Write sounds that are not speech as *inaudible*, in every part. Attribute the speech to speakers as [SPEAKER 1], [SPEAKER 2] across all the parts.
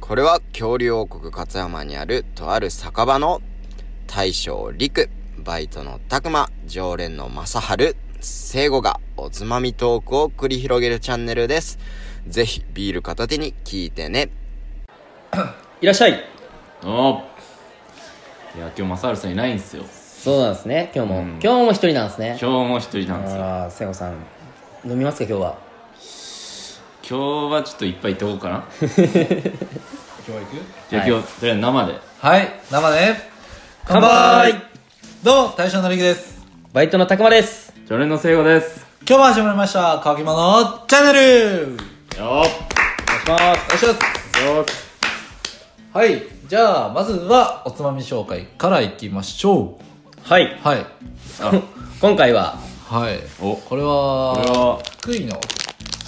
[SPEAKER 1] これは恐竜王国勝山にあるとある酒場の大将陸、バイトの拓馬、常連の正春、聖子がおつまみトークを繰り広げるチャンネルです。ぜひビール片手に聞いてね。
[SPEAKER 2] いらっしゃい
[SPEAKER 3] おいや今日正治さんいないんですよ
[SPEAKER 2] そうなんですね今日も、
[SPEAKER 3] うん
[SPEAKER 2] 今日も一人なんですね
[SPEAKER 3] 今日も一人なんですよ
[SPEAKER 2] ああ聖子さん飲みますか今日は
[SPEAKER 3] 今日はちょっといっぱい行ってこうかな
[SPEAKER 4] 今日は行く
[SPEAKER 3] じゃあ今日、とりあえず生で
[SPEAKER 4] はい生で
[SPEAKER 2] 乾杯
[SPEAKER 4] どうも大将のりきです
[SPEAKER 2] バイトのたくまです
[SPEAKER 3] 常連の聖子です
[SPEAKER 4] 今日も始まりました「乾きまのチャンネル」
[SPEAKER 3] よ
[SPEAKER 2] お願いし
[SPEAKER 4] お願いします
[SPEAKER 3] よ
[SPEAKER 4] はいじゃあまずはおつまみ紹介からいきましょ
[SPEAKER 2] ますはいう
[SPEAKER 4] はい
[SPEAKER 3] あ
[SPEAKER 2] 今回は
[SPEAKER 4] はい
[SPEAKER 3] お
[SPEAKER 4] こ
[SPEAKER 3] こ
[SPEAKER 4] れ
[SPEAKER 3] れ
[SPEAKER 4] は
[SPEAKER 3] は
[SPEAKER 4] 福井の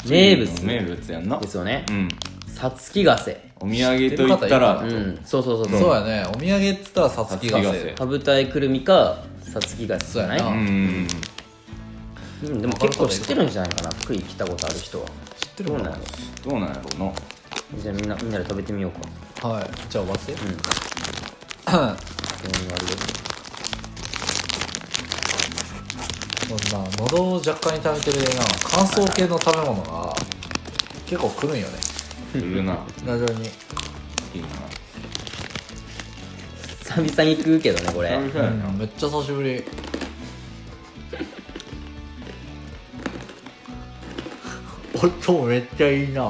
[SPEAKER 2] 名物
[SPEAKER 3] 名物やんな
[SPEAKER 2] ですよね
[SPEAKER 3] うん
[SPEAKER 2] さつきガセ
[SPEAKER 3] お土産と言ったら
[SPEAKER 4] 知ってる方いるか
[SPEAKER 2] う
[SPEAKER 4] なん
[SPEAKER 2] そうそうそう
[SPEAKER 4] そう
[SPEAKER 2] そう
[SPEAKER 4] やねお土産っつったらさつきが
[SPEAKER 3] さつき
[SPEAKER 4] せ
[SPEAKER 3] が
[SPEAKER 2] 羽舞台くるみかさつきガセじゃない
[SPEAKER 4] そうや
[SPEAKER 3] う
[SPEAKER 4] なん
[SPEAKER 2] うん、でも結構知ってるんじゃないかな福井来たことある人は知ってるどうなんやろ
[SPEAKER 3] どうなんやろうな
[SPEAKER 2] じゃあみんなみんなで食べてみようか
[SPEAKER 4] はいじゃあ終わって
[SPEAKER 2] うん全員割るよ
[SPEAKER 4] そんな喉を若干痛めてるな乾燥系の食べ物が結構くるんよね
[SPEAKER 3] するな
[SPEAKER 4] ラジオに
[SPEAKER 3] いいな
[SPEAKER 2] 久々に食うけどねこれ
[SPEAKER 3] 久々やな
[SPEAKER 4] うんめっちゃ久しぶり音めっちゃいいな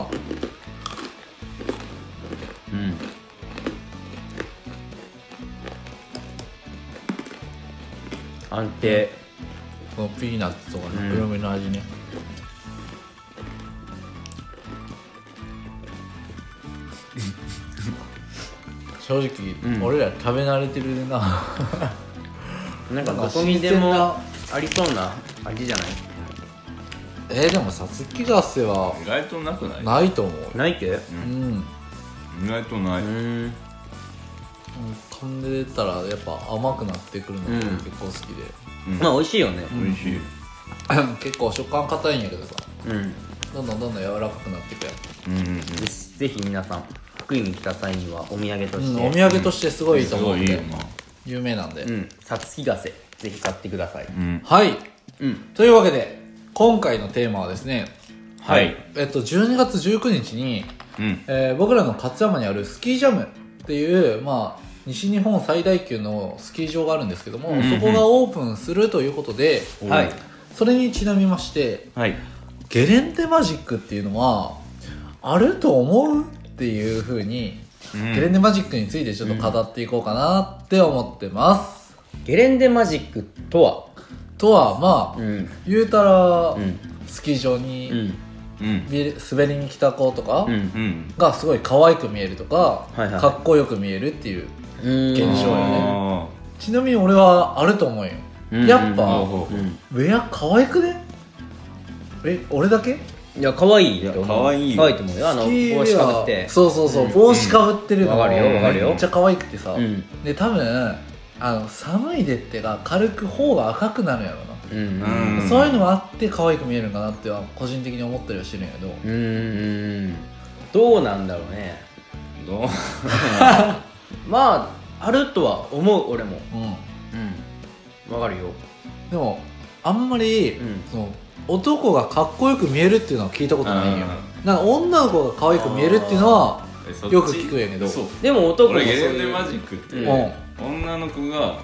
[SPEAKER 3] うん
[SPEAKER 2] 安定
[SPEAKER 4] このピーナッツとか
[SPEAKER 2] う
[SPEAKER 4] の
[SPEAKER 2] ん
[SPEAKER 4] 黒めの味ね、正直、
[SPEAKER 3] うん
[SPEAKER 4] 俺ら食べ慣れてるな
[SPEAKER 2] なんか
[SPEAKER 4] か
[SPEAKER 2] ど
[SPEAKER 4] ど
[SPEAKER 2] こ
[SPEAKER 4] こ
[SPEAKER 2] に
[SPEAKER 4] に
[SPEAKER 2] で
[SPEAKER 4] で
[SPEAKER 2] も
[SPEAKER 4] も
[SPEAKER 2] ありそうな味じゃない
[SPEAKER 4] えー、でもさつき合せは
[SPEAKER 3] 意外となくない
[SPEAKER 4] ないと思う
[SPEAKER 2] ないっけう
[SPEAKER 4] うん
[SPEAKER 3] 意外とない
[SPEAKER 2] ーん
[SPEAKER 4] 噛んでたらやっぱ甘くなってくるのが結構好きで、 *clears throat*
[SPEAKER 2] まあ美味しいよね
[SPEAKER 3] 美味しい
[SPEAKER 4] 結構食感硬いんやけどさ
[SPEAKER 2] うん
[SPEAKER 4] どんどんどんどん柔らかくなってくやん
[SPEAKER 3] うんうんうん
[SPEAKER 2] ぜひぜひ皆さん福井に来た際にはお土産と
[SPEAKER 4] う
[SPEAKER 2] し
[SPEAKER 4] ん、
[SPEAKER 2] て、
[SPEAKER 4] お土産としてすごいいい
[SPEAKER 3] す
[SPEAKER 4] と思
[SPEAKER 3] ご
[SPEAKER 4] う
[SPEAKER 3] い
[SPEAKER 4] ん
[SPEAKER 3] いい
[SPEAKER 4] で、
[SPEAKER 3] よな
[SPEAKER 4] 有名なんで、
[SPEAKER 2] うんさつきがせぜひ買ってください
[SPEAKER 3] うん
[SPEAKER 4] はい
[SPEAKER 2] うん
[SPEAKER 4] というわけで今回のテーマはですね
[SPEAKER 3] はい
[SPEAKER 4] えっと12月19日に、
[SPEAKER 3] うん
[SPEAKER 4] えー僕らの勝山にあるスキージャムっていうまあ西日本最大級のスキー場があるんですけども、
[SPEAKER 3] ん
[SPEAKER 4] そこがオープンするということで、
[SPEAKER 2] はい
[SPEAKER 4] それにちなみまして
[SPEAKER 3] はい
[SPEAKER 4] ゲレンデマジックっていうのはあると思うっていうふうに、
[SPEAKER 3] うん
[SPEAKER 4] ゲレンデマジックについてちょっと語っていこうかなって思ってます、
[SPEAKER 2] ゲレンデマジックとは
[SPEAKER 4] とはまあ、
[SPEAKER 2] ん
[SPEAKER 4] 言うたら、
[SPEAKER 2] ん
[SPEAKER 4] スキー場
[SPEAKER 2] う
[SPEAKER 4] に
[SPEAKER 2] ん
[SPEAKER 3] うん
[SPEAKER 4] ビリ滑りに来た子とか
[SPEAKER 2] うん
[SPEAKER 3] うん
[SPEAKER 4] がすごい可愛く見えるとか、
[SPEAKER 2] はいはい
[SPEAKER 4] かっこよく見えるっていう
[SPEAKER 2] うん
[SPEAKER 4] 現象やね
[SPEAKER 3] あ
[SPEAKER 4] ちなみに俺はあると思うよ、
[SPEAKER 2] うん
[SPEAKER 4] やっ
[SPEAKER 3] ー
[SPEAKER 4] ぱ、
[SPEAKER 3] ほうほう
[SPEAKER 2] うん
[SPEAKER 4] ウェア可愛くねえ俺だけ
[SPEAKER 2] いや可愛いと思う
[SPEAKER 3] いや可愛いよ
[SPEAKER 2] 可愛いと思うよあの
[SPEAKER 4] スキー
[SPEAKER 2] 帽子
[SPEAKER 4] では
[SPEAKER 2] かぶって
[SPEAKER 4] そうそうそう、帽子かぶってるの
[SPEAKER 2] わかるよ
[SPEAKER 3] わかるよ
[SPEAKER 4] めっちゃ可愛くてさ、
[SPEAKER 2] うん
[SPEAKER 4] で多分あの寒いでってが軽く頬が赤くなるやろな、
[SPEAKER 2] うん
[SPEAKER 3] うん
[SPEAKER 4] そういうのもあって可愛く見えるんかなっては個人的に思ったりはしてるんやけど、
[SPEAKER 2] うんうんどうなんだろうね
[SPEAKER 3] どう
[SPEAKER 2] まああるとは思う俺も
[SPEAKER 4] う
[SPEAKER 2] うんわかるよ
[SPEAKER 4] ん、でもあんまり、
[SPEAKER 2] うん
[SPEAKER 4] その男がかっこよく見えるっていうのは聞いたことないんよなんか女の子が可愛く見えるっていうのは
[SPEAKER 3] えそっち
[SPEAKER 4] よく聞くんやけど
[SPEAKER 3] そう
[SPEAKER 2] でも男もそう
[SPEAKER 3] 俺ゲレン
[SPEAKER 2] い
[SPEAKER 3] デ
[SPEAKER 2] う
[SPEAKER 3] マジックって、
[SPEAKER 2] うん
[SPEAKER 3] 女の子が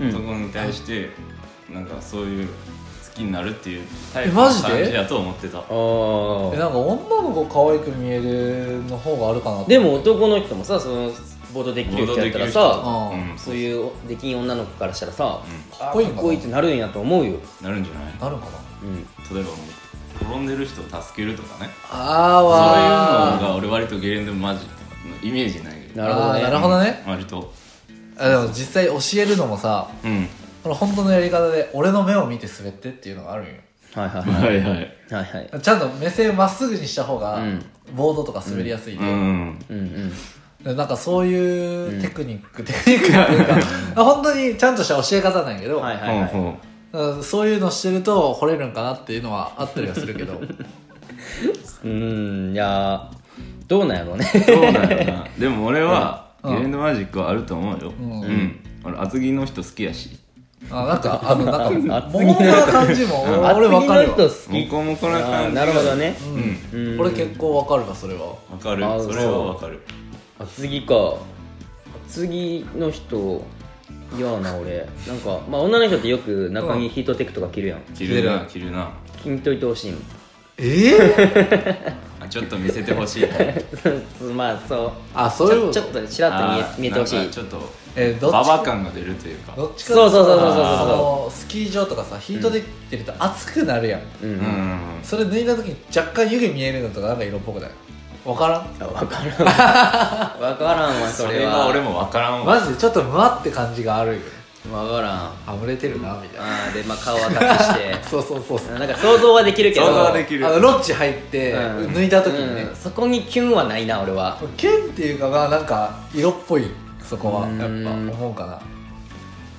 [SPEAKER 2] うん
[SPEAKER 3] 男に対して、なんかそういう好きになるっていうタイプ
[SPEAKER 4] え
[SPEAKER 3] の
[SPEAKER 4] マジで
[SPEAKER 3] 感じやと思ってた
[SPEAKER 4] え
[SPEAKER 2] あ
[SPEAKER 4] なんか女の子可愛く見えるの方があるかな
[SPEAKER 2] あでも男の人もさそのボードできる人やったらさ
[SPEAKER 4] あ
[SPEAKER 3] うん、
[SPEAKER 2] そういうできん女の子からしたらさ
[SPEAKER 3] う
[SPEAKER 4] かっこいい
[SPEAKER 2] あ
[SPEAKER 4] ん
[SPEAKER 2] か
[SPEAKER 4] か
[SPEAKER 2] っ
[SPEAKER 4] な
[SPEAKER 2] こいいってなるんやと思うよ
[SPEAKER 3] なるんじゃない
[SPEAKER 4] なるかな
[SPEAKER 2] うん
[SPEAKER 3] 例えばもう転んでる人を助けるとかねそういう
[SPEAKER 4] あーわー
[SPEAKER 3] のが俺割とゲレンデマジックのイメージないけど
[SPEAKER 2] なるほどね
[SPEAKER 4] あーなるほどね
[SPEAKER 3] 割と
[SPEAKER 4] あでも実際教えるのもさ
[SPEAKER 3] うん
[SPEAKER 4] この本当のやり方で俺の目を見て滑ってっていうのがあるんよ
[SPEAKER 2] はいはいは
[SPEAKER 3] はいはい
[SPEAKER 2] いはいはい
[SPEAKER 4] ちゃんと目線まっすぐにした方が、
[SPEAKER 2] うん
[SPEAKER 4] ボードとか滑りやすいで
[SPEAKER 3] う、ん
[SPEAKER 2] うんうん
[SPEAKER 4] でなんかそういうテクニック、テクニックっていう
[SPEAKER 2] *laughs*
[SPEAKER 4] か本当にちゃんとした教え方なんやけど、
[SPEAKER 2] はいはい
[SPEAKER 3] ほう
[SPEAKER 2] はい
[SPEAKER 3] ほ
[SPEAKER 4] うんそういうのしてると惚
[SPEAKER 2] *laughs*
[SPEAKER 4] れるんかなっていうのはあったりはするけど
[SPEAKER 2] うーんいやーどうなんやろうね
[SPEAKER 4] *laughs*
[SPEAKER 3] どうなんやろなでも俺は
[SPEAKER 4] う
[SPEAKER 3] ゲ
[SPEAKER 4] ん
[SPEAKER 3] レンドマジックはあると思うようんん俺厚木の人好きやし
[SPEAKER 4] あなんかあのなんか
[SPEAKER 2] 厚着
[SPEAKER 4] 物な感じも俺俺わかる
[SPEAKER 2] 厚
[SPEAKER 4] わ
[SPEAKER 2] 着の人好
[SPEAKER 3] モ
[SPEAKER 2] き
[SPEAKER 3] コモコな感
[SPEAKER 2] あー
[SPEAKER 3] じ
[SPEAKER 2] なるほどね
[SPEAKER 4] うん
[SPEAKER 2] うん
[SPEAKER 4] 俺結構わかるわそれは
[SPEAKER 3] わかる
[SPEAKER 2] あー
[SPEAKER 3] それはわかる
[SPEAKER 2] 厚着か厚着の人嫌やな俺なんかまあ女の人ってよく中
[SPEAKER 4] うん
[SPEAKER 2] にヒートテックとか着るやん
[SPEAKER 3] 着るな着るな
[SPEAKER 2] 着んといてほしいもん
[SPEAKER 4] ええ
[SPEAKER 3] あちょっと見せて
[SPEAKER 2] *laughs*
[SPEAKER 3] ほしい
[SPEAKER 2] まあそう
[SPEAKER 4] あそういうこと
[SPEAKER 2] ちょちょっとちらっ
[SPEAKER 3] あ
[SPEAKER 2] と
[SPEAKER 3] ー
[SPEAKER 2] 見え見えてほし
[SPEAKER 3] ないんかちょっと
[SPEAKER 4] えどっち
[SPEAKER 3] ババ感が出るというか
[SPEAKER 4] どっちか
[SPEAKER 2] そうそうそうそうそうそう
[SPEAKER 4] あーのスキー場とかさヒートで着てると暑くなるやん、
[SPEAKER 2] う
[SPEAKER 3] うん
[SPEAKER 2] ん
[SPEAKER 4] それ脱いだ時に若干湯気見えるのとかなんか色っぽくないわからん
[SPEAKER 2] あわからん *laughs* わからんわそ
[SPEAKER 3] そ
[SPEAKER 2] れ
[SPEAKER 3] れ
[SPEAKER 2] は
[SPEAKER 3] は俺もわからんわ
[SPEAKER 4] マジでちょっとムワって感じがあるよ
[SPEAKER 2] わからんあ
[SPEAKER 4] あぶれてるなみたいな、
[SPEAKER 2] ーでまあ顔は隠して *laughs*
[SPEAKER 4] そうそうそうそう
[SPEAKER 2] なんか想像はできるけど
[SPEAKER 3] 想像はできる
[SPEAKER 4] あのロッチ入って、
[SPEAKER 2] うん
[SPEAKER 4] 脱いだ時にね
[SPEAKER 2] うん、そこにキュンはないな俺は
[SPEAKER 4] 剣っていうかまあなんか色っぽいそこは
[SPEAKER 2] う
[SPEAKER 4] やっ
[SPEAKER 2] ん
[SPEAKER 4] ぱ思うか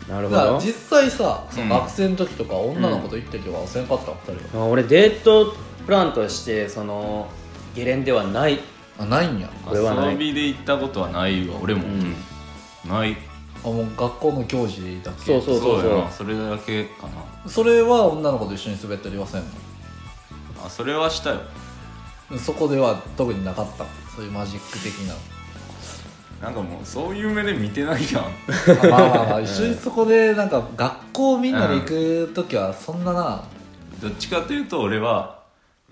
[SPEAKER 4] な
[SPEAKER 2] なる
[SPEAKER 4] だ
[SPEAKER 2] ほ
[SPEAKER 4] から
[SPEAKER 2] ど
[SPEAKER 4] 実際さその
[SPEAKER 3] うん
[SPEAKER 4] 学生の時とか女の子と行ったりとかはせんかった二人は
[SPEAKER 2] あ俺デートプランとしてそのゲレンデはない
[SPEAKER 4] あないんや
[SPEAKER 2] これはない
[SPEAKER 3] 遊びで行ったことはないわ俺も、
[SPEAKER 2] うん
[SPEAKER 3] ない
[SPEAKER 4] あもう学校の教授だ
[SPEAKER 2] そ
[SPEAKER 4] け
[SPEAKER 2] うそうそう
[SPEAKER 3] や
[SPEAKER 2] そう
[SPEAKER 3] なそれだけかな
[SPEAKER 4] それは女の子と一緒に滑ったりはせん
[SPEAKER 3] あそれはしたよ
[SPEAKER 4] のそこでは特になかったそういうマジック的な
[SPEAKER 3] なんかもうそういう目で見てないやん
[SPEAKER 4] あまあ
[SPEAKER 2] *laughs*
[SPEAKER 4] まあまあ一緒にそこでなんか学校みんなで行く時はそんなな、
[SPEAKER 3] どっちかというと俺は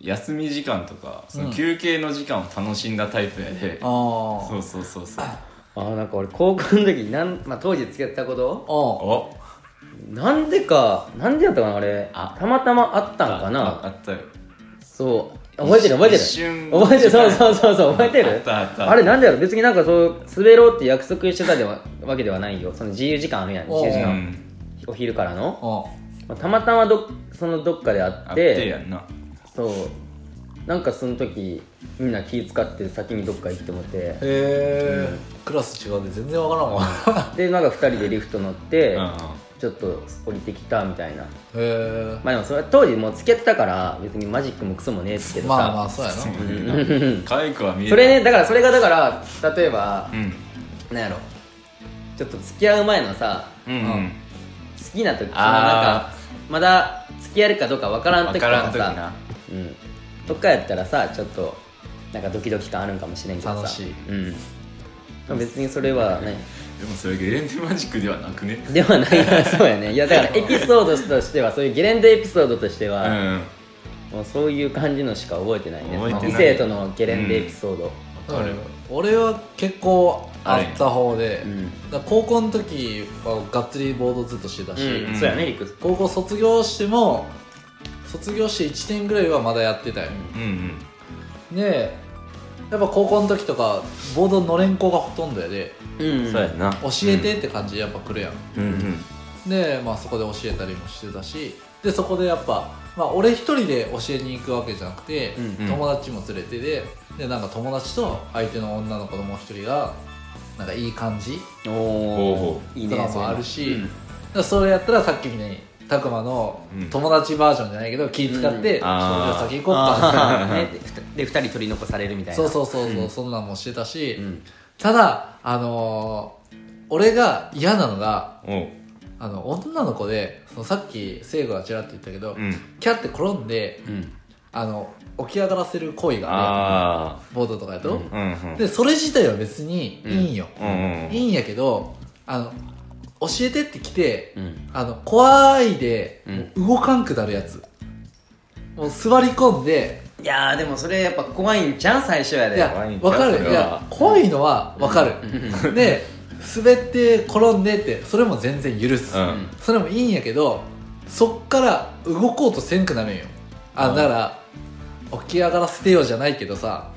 [SPEAKER 3] 休み時間とかそ
[SPEAKER 4] うん
[SPEAKER 3] の休憩の時間を楽しんだタイプやで、
[SPEAKER 4] あ
[SPEAKER 3] そうそうそうそう
[SPEAKER 2] あーなんか俺高校の時なん、まあ、当時付き合ってたこと
[SPEAKER 4] あ
[SPEAKER 3] お
[SPEAKER 2] なんでかなんでやったかなあれ
[SPEAKER 3] あ
[SPEAKER 2] たまたまあったんか
[SPEAKER 3] ああ
[SPEAKER 2] な
[SPEAKER 3] ったよ
[SPEAKER 2] そう覚えてる覚えて
[SPEAKER 3] 一瞬
[SPEAKER 2] る覚えてるそうそうそうそう覚えて
[SPEAKER 3] あ
[SPEAKER 2] る
[SPEAKER 3] ったあった
[SPEAKER 2] あれなんだよ別になんかそう滑ろうって約束してたではわけではないよその自由時間あるやん
[SPEAKER 4] おう
[SPEAKER 2] 自由時
[SPEAKER 3] う
[SPEAKER 2] 間
[SPEAKER 3] ん
[SPEAKER 2] お昼からの、
[SPEAKER 4] あ
[SPEAKER 2] まあ、たまたまどそのどっかで会
[SPEAKER 3] あ
[SPEAKER 2] っ
[SPEAKER 3] って
[SPEAKER 2] て
[SPEAKER 3] やんな
[SPEAKER 2] そうなんかその時みんな気使って先にどっか行ってもって
[SPEAKER 4] へえ、クラス違うんで全然わからんわ
[SPEAKER 2] でなんか2人でリフト乗って、
[SPEAKER 3] うんうん
[SPEAKER 2] ちょっと降りてきたみたいな
[SPEAKER 4] へえ
[SPEAKER 2] まあでもそれは当時もう付き合ってたから別にマジックもクソもねえですけどさ、
[SPEAKER 4] まあまあそうやな
[SPEAKER 3] 可愛くは見え
[SPEAKER 2] それ
[SPEAKER 3] ない
[SPEAKER 2] ねだからそれがだから例えば
[SPEAKER 3] うん
[SPEAKER 2] なんやろちょっと付き合う前のさ
[SPEAKER 3] うんうん
[SPEAKER 2] 好きな時そのなん
[SPEAKER 3] あ
[SPEAKER 2] かまだ付き合えるかどうかわからん時
[SPEAKER 3] 分
[SPEAKER 2] とか
[SPEAKER 3] か
[SPEAKER 2] らさ
[SPEAKER 3] ん時な
[SPEAKER 2] うん、とかやったらさちょっとなんかドキドキ感あるんかもしれんけどさ
[SPEAKER 4] 楽しい
[SPEAKER 2] うんまあ別にそれはね
[SPEAKER 3] でもそれゲレンデマジックではなくね
[SPEAKER 2] ではない *laughs* なそうやねいやだからエピソードとしてはそういうゲレンデエピソードとして
[SPEAKER 3] う
[SPEAKER 2] は、
[SPEAKER 3] ん
[SPEAKER 2] もうそういう感じのしか覚えてないね
[SPEAKER 3] 覚えてない
[SPEAKER 2] 異性とのゲレンデエピソード、
[SPEAKER 3] 分かる
[SPEAKER 4] 俺は結構あった方で、
[SPEAKER 2] うん
[SPEAKER 4] だから高校の時はがっつりボードずっとしてたし、
[SPEAKER 3] うん
[SPEAKER 2] そうやねリク
[SPEAKER 4] 高校卒業しても卒業して1年ぐらいはまだやってたよ、
[SPEAKER 3] うんうん
[SPEAKER 4] でやっぱ高校の時とかボードのれんこがほとんどやで
[SPEAKER 2] うん
[SPEAKER 3] そうやな
[SPEAKER 4] 教えてって感じでやっぱ来るやん、
[SPEAKER 3] うんうん
[SPEAKER 4] で、まあ、そこで教えたりもしてたしでそこでやっぱ、まあ、俺一人で教えに行くわけじゃなくて、
[SPEAKER 2] うん
[SPEAKER 3] うん
[SPEAKER 4] 友達も連れてででなんか友達と相手の女の子のもう一人がなんかいい感じ
[SPEAKER 2] お
[SPEAKER 3] ほ
[SPEAKER 2] おいいね
[SPEAKER 4] とか
[SPEAKER 2] そういう
[SPEAKER 4] も
[SPEAKER 2] の
[SPEAKER 4] あるし
[SPEAKER 2] うん
[SPEAKER 4] だからそれやったらさっきみたいに拓真の
[SPEAKER 3] うん
[SPEAKER 4] 友達バージョンじゃないけど気使って「
[SPEAKER 3] うん
[SPEAKER 4] じゃ
[SPEAKER 3] あ
[SPEAKER 4] あ
[SPEAKER 3] ー
[SPEAKER 4] 先行こうか」
[SPEAKER 2] あー *laughs* ねで2人取り残されるみたいな
[SPEAKER 4] *laughs* そうそうそうそう、そんなんもしてたし、
[SPEAKER 2] うん
[SPEAKER 4] ただあのー俺が嫌なのが
[SPEAKER 3] おう
[SPEAKER 4] あの女の子でそのさっき聖子がちらっと言ったけど、
[SPEAKER 3] うん
[SPEAKER 4] キャって転んで
[SPEAKER 2] うん
[SPEAKER 4] あの起き上がらせる行為があ
[SPEAKER 3] あ
[SPEAKER 4] るボードとかやと、
[SPEAKER 3] あうんうん
[SPEAKER 4] でそれ自体は別にいいんよ、
[SPEAKER 3] うんうん
[SPEAKER 4] いいんやけどあの教えてって来て、
[SPEAKER 2] うん
[SPEAKER 4] あの怖いで、
[SPEAKER 2] うん
[SPEAKER 4] もう動かんくなるやつもう座り込んで
[SPEAKER 2] いやーでもそれやっぱ怖いんちゃう最初やで
[SPEAKER 4] いや
[SPEAKER 3] 怖いんちゃう
[SPEAKER 4] わか
[SPEAKER 3] そ
[SPEAKER 4] る
[SPEAKER 3] れはい
[SPEAKER 4] や怖いのはわかる、で滑って転んでってそれも全然許す、
[SPEAKER 3] うん
[SPEAKER 4] それもいいんやけどそっから動こうとせんくなるんよあだから起き上がらせてよじゃないけどさ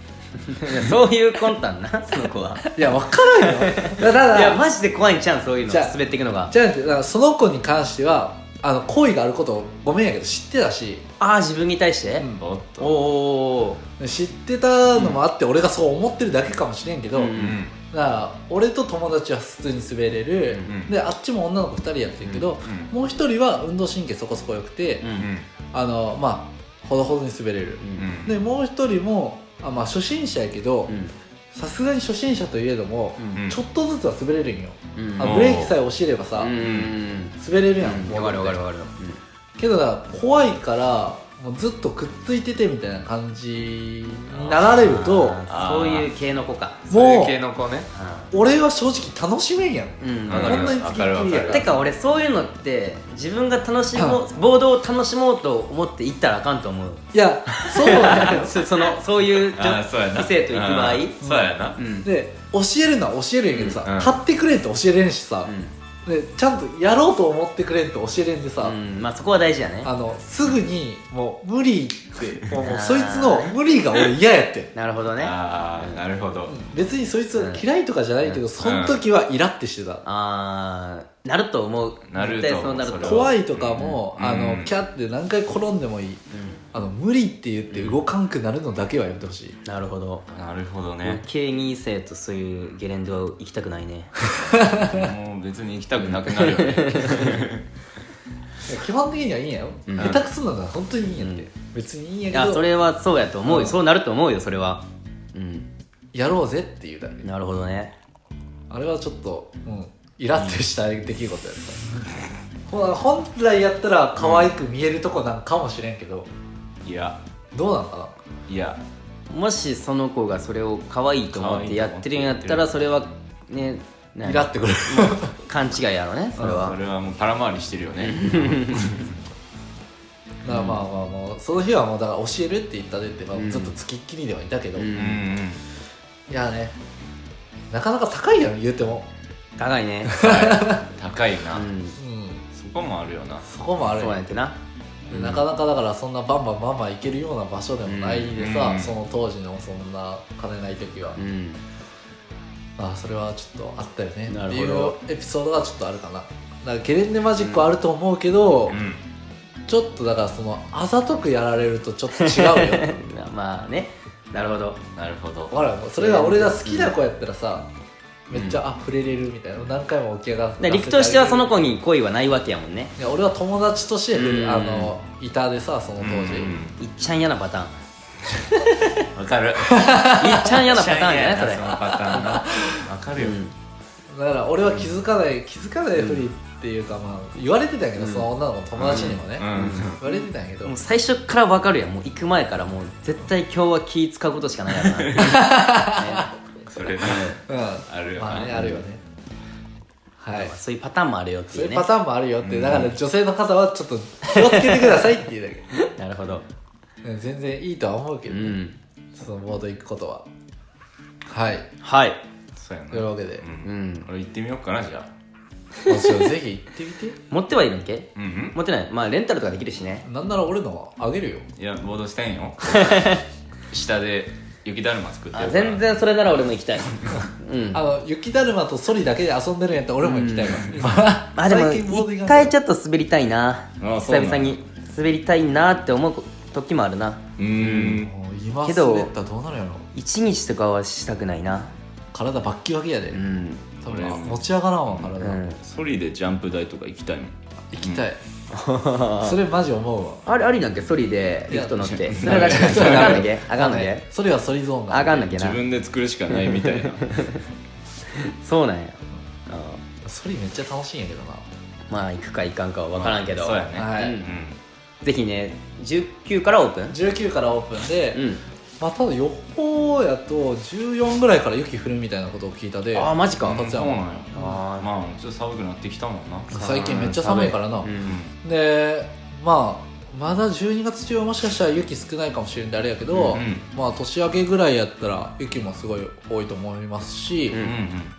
[SPEAKER 2] いやそういう魂胆なその子はい
[SPEAKER 4] やわからんよだから
[SPEAKER 2] いやマジで怖いんちゃうそういうの
[SPEAKER 4] じゃあ
[SPEAKER 2] 滑っていくのが
[SPEAKER 4] じゃなくてだからその子に関してはあの好意があることをごめんやけど知ってたし
[SPEAKER 2] ああ自分に対して、
[SPEAKER 4] ん
[SPEAKER 3] おっと
[SPEAKER 2] おお
[SPEAKER 4] 知ってたのもあって俺がそう思ってるだけかもしれんけど、
[SPEAKER 2] う
[SPEAKER 3] うんん
[SPEAKER 4] だから俺と友達は普通に滑れる、
[SPEAKER 3] うん
[SPEAKER 4] であっちも女の子2人やってるけど、
[SPEAKER 3] う
[SPEAKER 4] もう1人は運動神経そこそこ良くて、
[SPEAKER 2] う
[SPEAKER 3] うんん
[SPEAKER 4] あのまあほどほどに滑れる、
[SPEAKER 2] うん
[SPEAKER 4] でもう1人もあまあ初心者やけど
[SPEAKER 2] うん
[SPEAKER 4] さすがに初心者といえども、
[SPEAKER 3] うん
[SPEAKER 4] ちょっとずつは滑れるんよ、
[SPEAKER 2] うん
[SPEAKER 4] あブレーキさえ教えればさ、
[SPEAKER 2] うんうん
[SPEAKER 4] 滑れるやん、
[SPEAKER 2] うん
[SPEAKER 4] もう
[SPEAKER 2] わかるわかるわかる
[SPEAKER 4] けどな怖いからもうずっとくっついててみたいな感じになられると
[SPEAKER 2] あーそういう系の子か
[SPEAKER 5] そうい
[SPEAKER 4] も
[SPEAKER 5] う
[SPEAKER 4] う
[SPEAKER 5] 系の子ね
[SPEAKER 4] 俺は正直楽しめんやん
[SPEAKER 2] うん
[SPEAKER 4] こ
[SPEAKER 3] わかる
[SPEAKER 4] んなに付きっきりや
[SPEAKER 5] わ
[SPEAKER 4] か
[SPEAKER 2] て
[SPEAKER 4] ら
[SPEAKER 2] か俺そういうのって自分が楽しもうボードを楽しもうと思って行ったらあかんと思う
[SPEAKER 4] いやそうなんよ
[SPEAKER 2] そそのそういうじょ
[SPEAKER 3] あーそうやな
[SPEAKER 2] 異性と行く場合
[SPEAKER 3] うんそうやな
[SPEAKER 2] うん
[SPEAKER 4] で教えるのは教えるんやけどさ、
[SPEAKER 3] うん
[SPEAKER 4] 買ってくれんと教えれんしさ
[SPEAKER 2] う、ん
[SPEAKER 4] でちゃんとやろうと思ってくれんと教えれんでさ、
[SPEAKER 2] うんまあそこは大事やね
[SPEAKER 4] あのすぐにもう無理ってもうも
[SPEAKER 2] *laughs* あ
[SPEAKER 4] う
[SPEAKER 2] ー
[SPEAKER 4] そいつの無理が俺嫌やって
[SPEAKER 2] なるほどねあ
[SPEAKER 3] ああなるほど
[SPEAKER 4] 別にそいつは嫌いとかじゃないけど、その時はイラってしてた、
[SPEAKER 2] あーなると思う
[SPEAKER 3] なると
[SPEAKER 2] 絶対そうなる
[SPEAKER 3] それは
[SPEAKER 2] と
[SPEAKER 4] 怖いとかも、
[SPEAKER 3] うん
[SPEAKER 4] あ
[SPEAKER 3] う
[SPEAKER 4] の
[SPEAKER 3] ん
[SPEAKER 4] キャって何回転んでもいい、あの無理って言って動かんくなるのだけはやめてほしい、
[SPEAKER 2] なるほど
[SPEAKER 3] なるほど
[SPEAKER 2] 余
[SPEAKER 3] ね
[SPEAKER 2] 計に異性とそういうゲレンデは行きたくない *laughs* ね
[SPEAKER 3] もう別に行きたくなくなる
[SPEAKER 2] *laughs*
[SPEAKER 3] よね
[SPEAKER 4] 基本的にはいいんやよ、
[SPEAKER 2] ん
[SPEAKER 4] 下手くそなのは本当にいいんやって、
[SPEAKER 2] うん
[SPEAKER 4] 別にいいんや
[SPEAKER 2] い
[SPEAKER 4] け
[SPEAKER 2] や
[SPEAKER 4] ど
[SPEAKER 2] それはそうやと思う
[SPEAKER 4] うん
[SPEAKER 2] よそうなると思うよそれはうん
[SPEAKER 4] やろうぜっていうだけ
[SPEAKER 2] なるほどね
[SPEAKER 4] あれはちょっと、うん、イラッとした出来事やった、 *laughs* ほら本来やったら可愛く見えるとこなんかもしれんけど、
[SPEAKER 3] いや
[SPEAKER 4] どうなんかない
[SPEAKER 3] や
[SPEAKER 2] もしその子がそれを可愛いと思ってやってるんやったらそれはね何
[SPEAKER 4] イラってくる
[SPEAKER 2] 勘違いやろねそれ
[SPEAKER 3] そ
[SPEAKER 2] は
[SPEAKER 3] れはもう空回りしてる
[SPEAKER 2] *laughs*
[SPEAKER 3] よね
[SPEAKER 4] だからまあまあもうその日はもうだから教えるって言ったでって、まあずっとつきっきりではいたけど、
[SPEAKER 2] うん
[SPEAKER 3] う
[SPEAKER 4] い
[SPEAKER 3] ん
[SPEAKER 4] やねなかなか高いやん言うても、
[SPEAKER 2] 高い *laughs* ね
[SPEAKER 3] 高いな
[SPEAKER 2] うん
[SPEAKER 4] うん、
[SPEAKER 3] そこもあるよな
[SPEAKER 4] そこもある
[SPEAKER 2] そう
[SPEAKER 4] よ
[SPEAKER 2] やっ
[SPEAKER 4] ね
[SPEAKER 2] てなうん
[SPEAKER 4] なかなかだからそんなバンバンバンバン行けるような場所でもないでさ、
[SPEAKER 3] うん
[SPEAKER 4] その当時のそんな金ない時は、
[SPEAKER 2] うん
[SPEAKER 4] ああそれはちょっとあったよね
[SPEAKER 2] な
[SPEAKER 4] っ
[SPEAKER 2] る
[SPEAKER 4] て
[SPEAKER 2] ほ
[SPEAKER 4] い
[SPEAKER 2] ど
[SPEAKER 4] うエピソードがちょっとあるかなだからゲレンデマジックはあると思うけど、
[SPEAKER 3] うん
[SPEAKER 4] ちょっとだからそのあざとくやられるとちょっと違う
[SPEAKER 2] *laughs*
[SPEAKER 4] よ
[SPEAKER 2] まあねなるほど
[SPEAKER 3] なるほど
[SPEAKER 4] わかるそれが俺が好きな子やったらさ、めっちゃあ触れれるみたいな何回も起き上がって
[SPEAKER 2] で陸としてはその子に恋はないわけやもんね
[SPEAKER 4] いや俺は友達として、
[SPEAKER 2] うん
[SPEAKER 4] あのいたでさその当時、
[SPEAKER 2] いっちゃん嫌なパターン
[SPEAKER 3] うんわか *laughs* る
[SPEAKER 2] いっちゃん嫌なパターンじゃないそれ
[SPEAKER 3] そのパタ
[SPEAKER 2] *laughs*
[SPEAKER 3] ーンなわかるよ
[SPEAKER 4] だから俺は気づかない、気づかないふりっていうか、まあ、言われてたけど、
[SPEAKER 2] うん
[SPEAKER 4] その女の子の友達にもね、
[SPEAKER 3] うん
[SPEAKER 4] 言われてたんやけど、
[SPEAKER 2] もう最初から分かるやんもう行く前からもう絶対今日は気使うことしかないやろなっていうね
[SPEAKER 3] それな
[SPEAKER 4] うん
[SPEAKER 3] あるよな
[SPEAKER 4] まあねあるよねはい
[SPEAKER 2] まあそういうパターンもあるよって
[SPEAKER 4] そう
[SPEAKER 2] い
[SPEAKER 4] いうう
[SPEAKER 2] ね
[SPEAKER 4] パターンもあるよって、だから女性の方はちょっと気をつけてくださいっていうだけ
[SPEAKER 2] なるほど
[SPEAKER 4] うん全然いいとは思うけ
[SPEAKER 2] う
[SPEAKER 4] どね、
[SPEAKER 2] ん
[SPEAKER 4] そのボード行くことははい
[SPEAKER 2] はい
[SPEAKER 3] そうやな
[SPEAKER 4] というわけで
[SPEAKER 3] う、ん
[SPEAKER 2] うん
[SPEAKER 3] 俺行ってみようかなじゃあ
[SPEAKER 4] 今週ぜひ行ってみて
[SPEAKER 2] 持ってはいるんけ
[SPEAKER 3] うんうん
[SPEAKER 2] 持ってないまあレンタルとかできるしね
[SPEAKER 4] なんなら俺のあげるよ
[SPEAKER 3] いやボードして
[SPEAKER 2] *laughs*
[SPEAKER 3] んよ下で雪だるま作って
[SPEAKER 2] あ
[SPEAKER 3] るから
[SPEAKER 2] 全然それなら俺も行きたいうん
[SPEAKER 4] あの雪だるまとソリだけで遊んでるんやったら俺も行きたいわ、
[SPEAKER 2] まあでも
[SPEAKER 4] 最近ボード行か
[SPEAKER 2] 一
[SPEAKER 4] んから
[SPEAKER 2] 回ちょっと滑りたいな
[SPEAKER 3] あ
[SPEAKER 2] 久
[SPEAKER 3] そうなん
[SPEAKER 2] 々に滑りたいなって思う時もあるな
[SPEAKER 3] うん
[SPEAKER 4] もう今
[SPEAKER 2] けど
[SPEAKER 4] 滑ったらどうなるやろ
[SPEAKER 2] 一日とかはしたくないな
[SPEAKER 4] 体バッキバキやで、
[SPEAKER 2] うん
[SPEAKER 4] 多
[SPEAKER 3] 俺も
[SPEAKER 4] 分持ち上がらんわ体、
[SPEAKER 2] うん
[SPEAKER 3] ソリでジャンプ台とか行きたいもん
[SPEAKER 4] 行きたい、それマジ思
[SPEAKER 2] *laughs*
[SPEAKER 4] うわ
[SPEAKER 2] あれありなんけソリでリフト乗って
[SPEAKER 4] いや
[SPEAKER 2] それがしそれがあかんのけあかんのけ
[SPEAKER 4] *laughs* それはソリゾーンが
[SPEAKER 2] あかんのけ
[SPEAKER 3] 自
[SPEAKER 2] な
[SPEAKER 3] 分で作るしかないみたいな
[SPEAKER 2] そうなんやあ
[SPEAKER 4] ソリめっちゃ楽しいんやけどな
[SPEAKER 2] ーまあ行くか行かんかは分からんけど、
[SPEAKER 3] そうやね
[SPEAKER 4] はい
[SPEAKER 3] うん
[SPEAKER 2] ぜひね19からオープン
[SPEAKER 4] 19からオープンで、
[SPEAKER 2] うん
[SPEAKER 4] まあ多分予報やと14ぐらいから雪降るみたいなことを聞いたで
[SPEAKER 2] ああマジか
[SPEAKER 4] うん
[SPEAKER 3] そうなんよ
[SPEAKER 2] あー
[SPEAKER 3] まあちょっと寒くなってきたもんな
[SPEAKER 4] 最近めっちゃ寒いからな、
[SPEAKER 2] うん
[SPEAKER 4] でまあまだ12月中はもしかしたら雪少ないかもしれんであれやけど、
[SPEAKER 3] うんうん
[SPEAKER 4] まあ年明けぐらいやったら雪もすごい多いと思いますし、
[SPEAKER 2] う
[SPEAKER 3] うん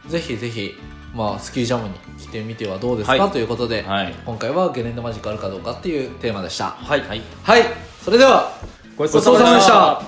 [SPEAKER 3] うん
[SPEAKER 4] ぜひぜひ、まあ、スキージャムに来てみてはどうですか、
[SPEAKER 2] はい
[SPEAKER 4] ということで、
[SPEAKER 3] うんはい
[SPEAKER 4] 今回はゲレンデマジックあるかどうかっていうテーマでした
[SPEAKER 2] はい、はい、
[SPEAKER 4] はいそれでは
[SPEAKER 2] ご
[SPEAKER 4] ちそうさまでした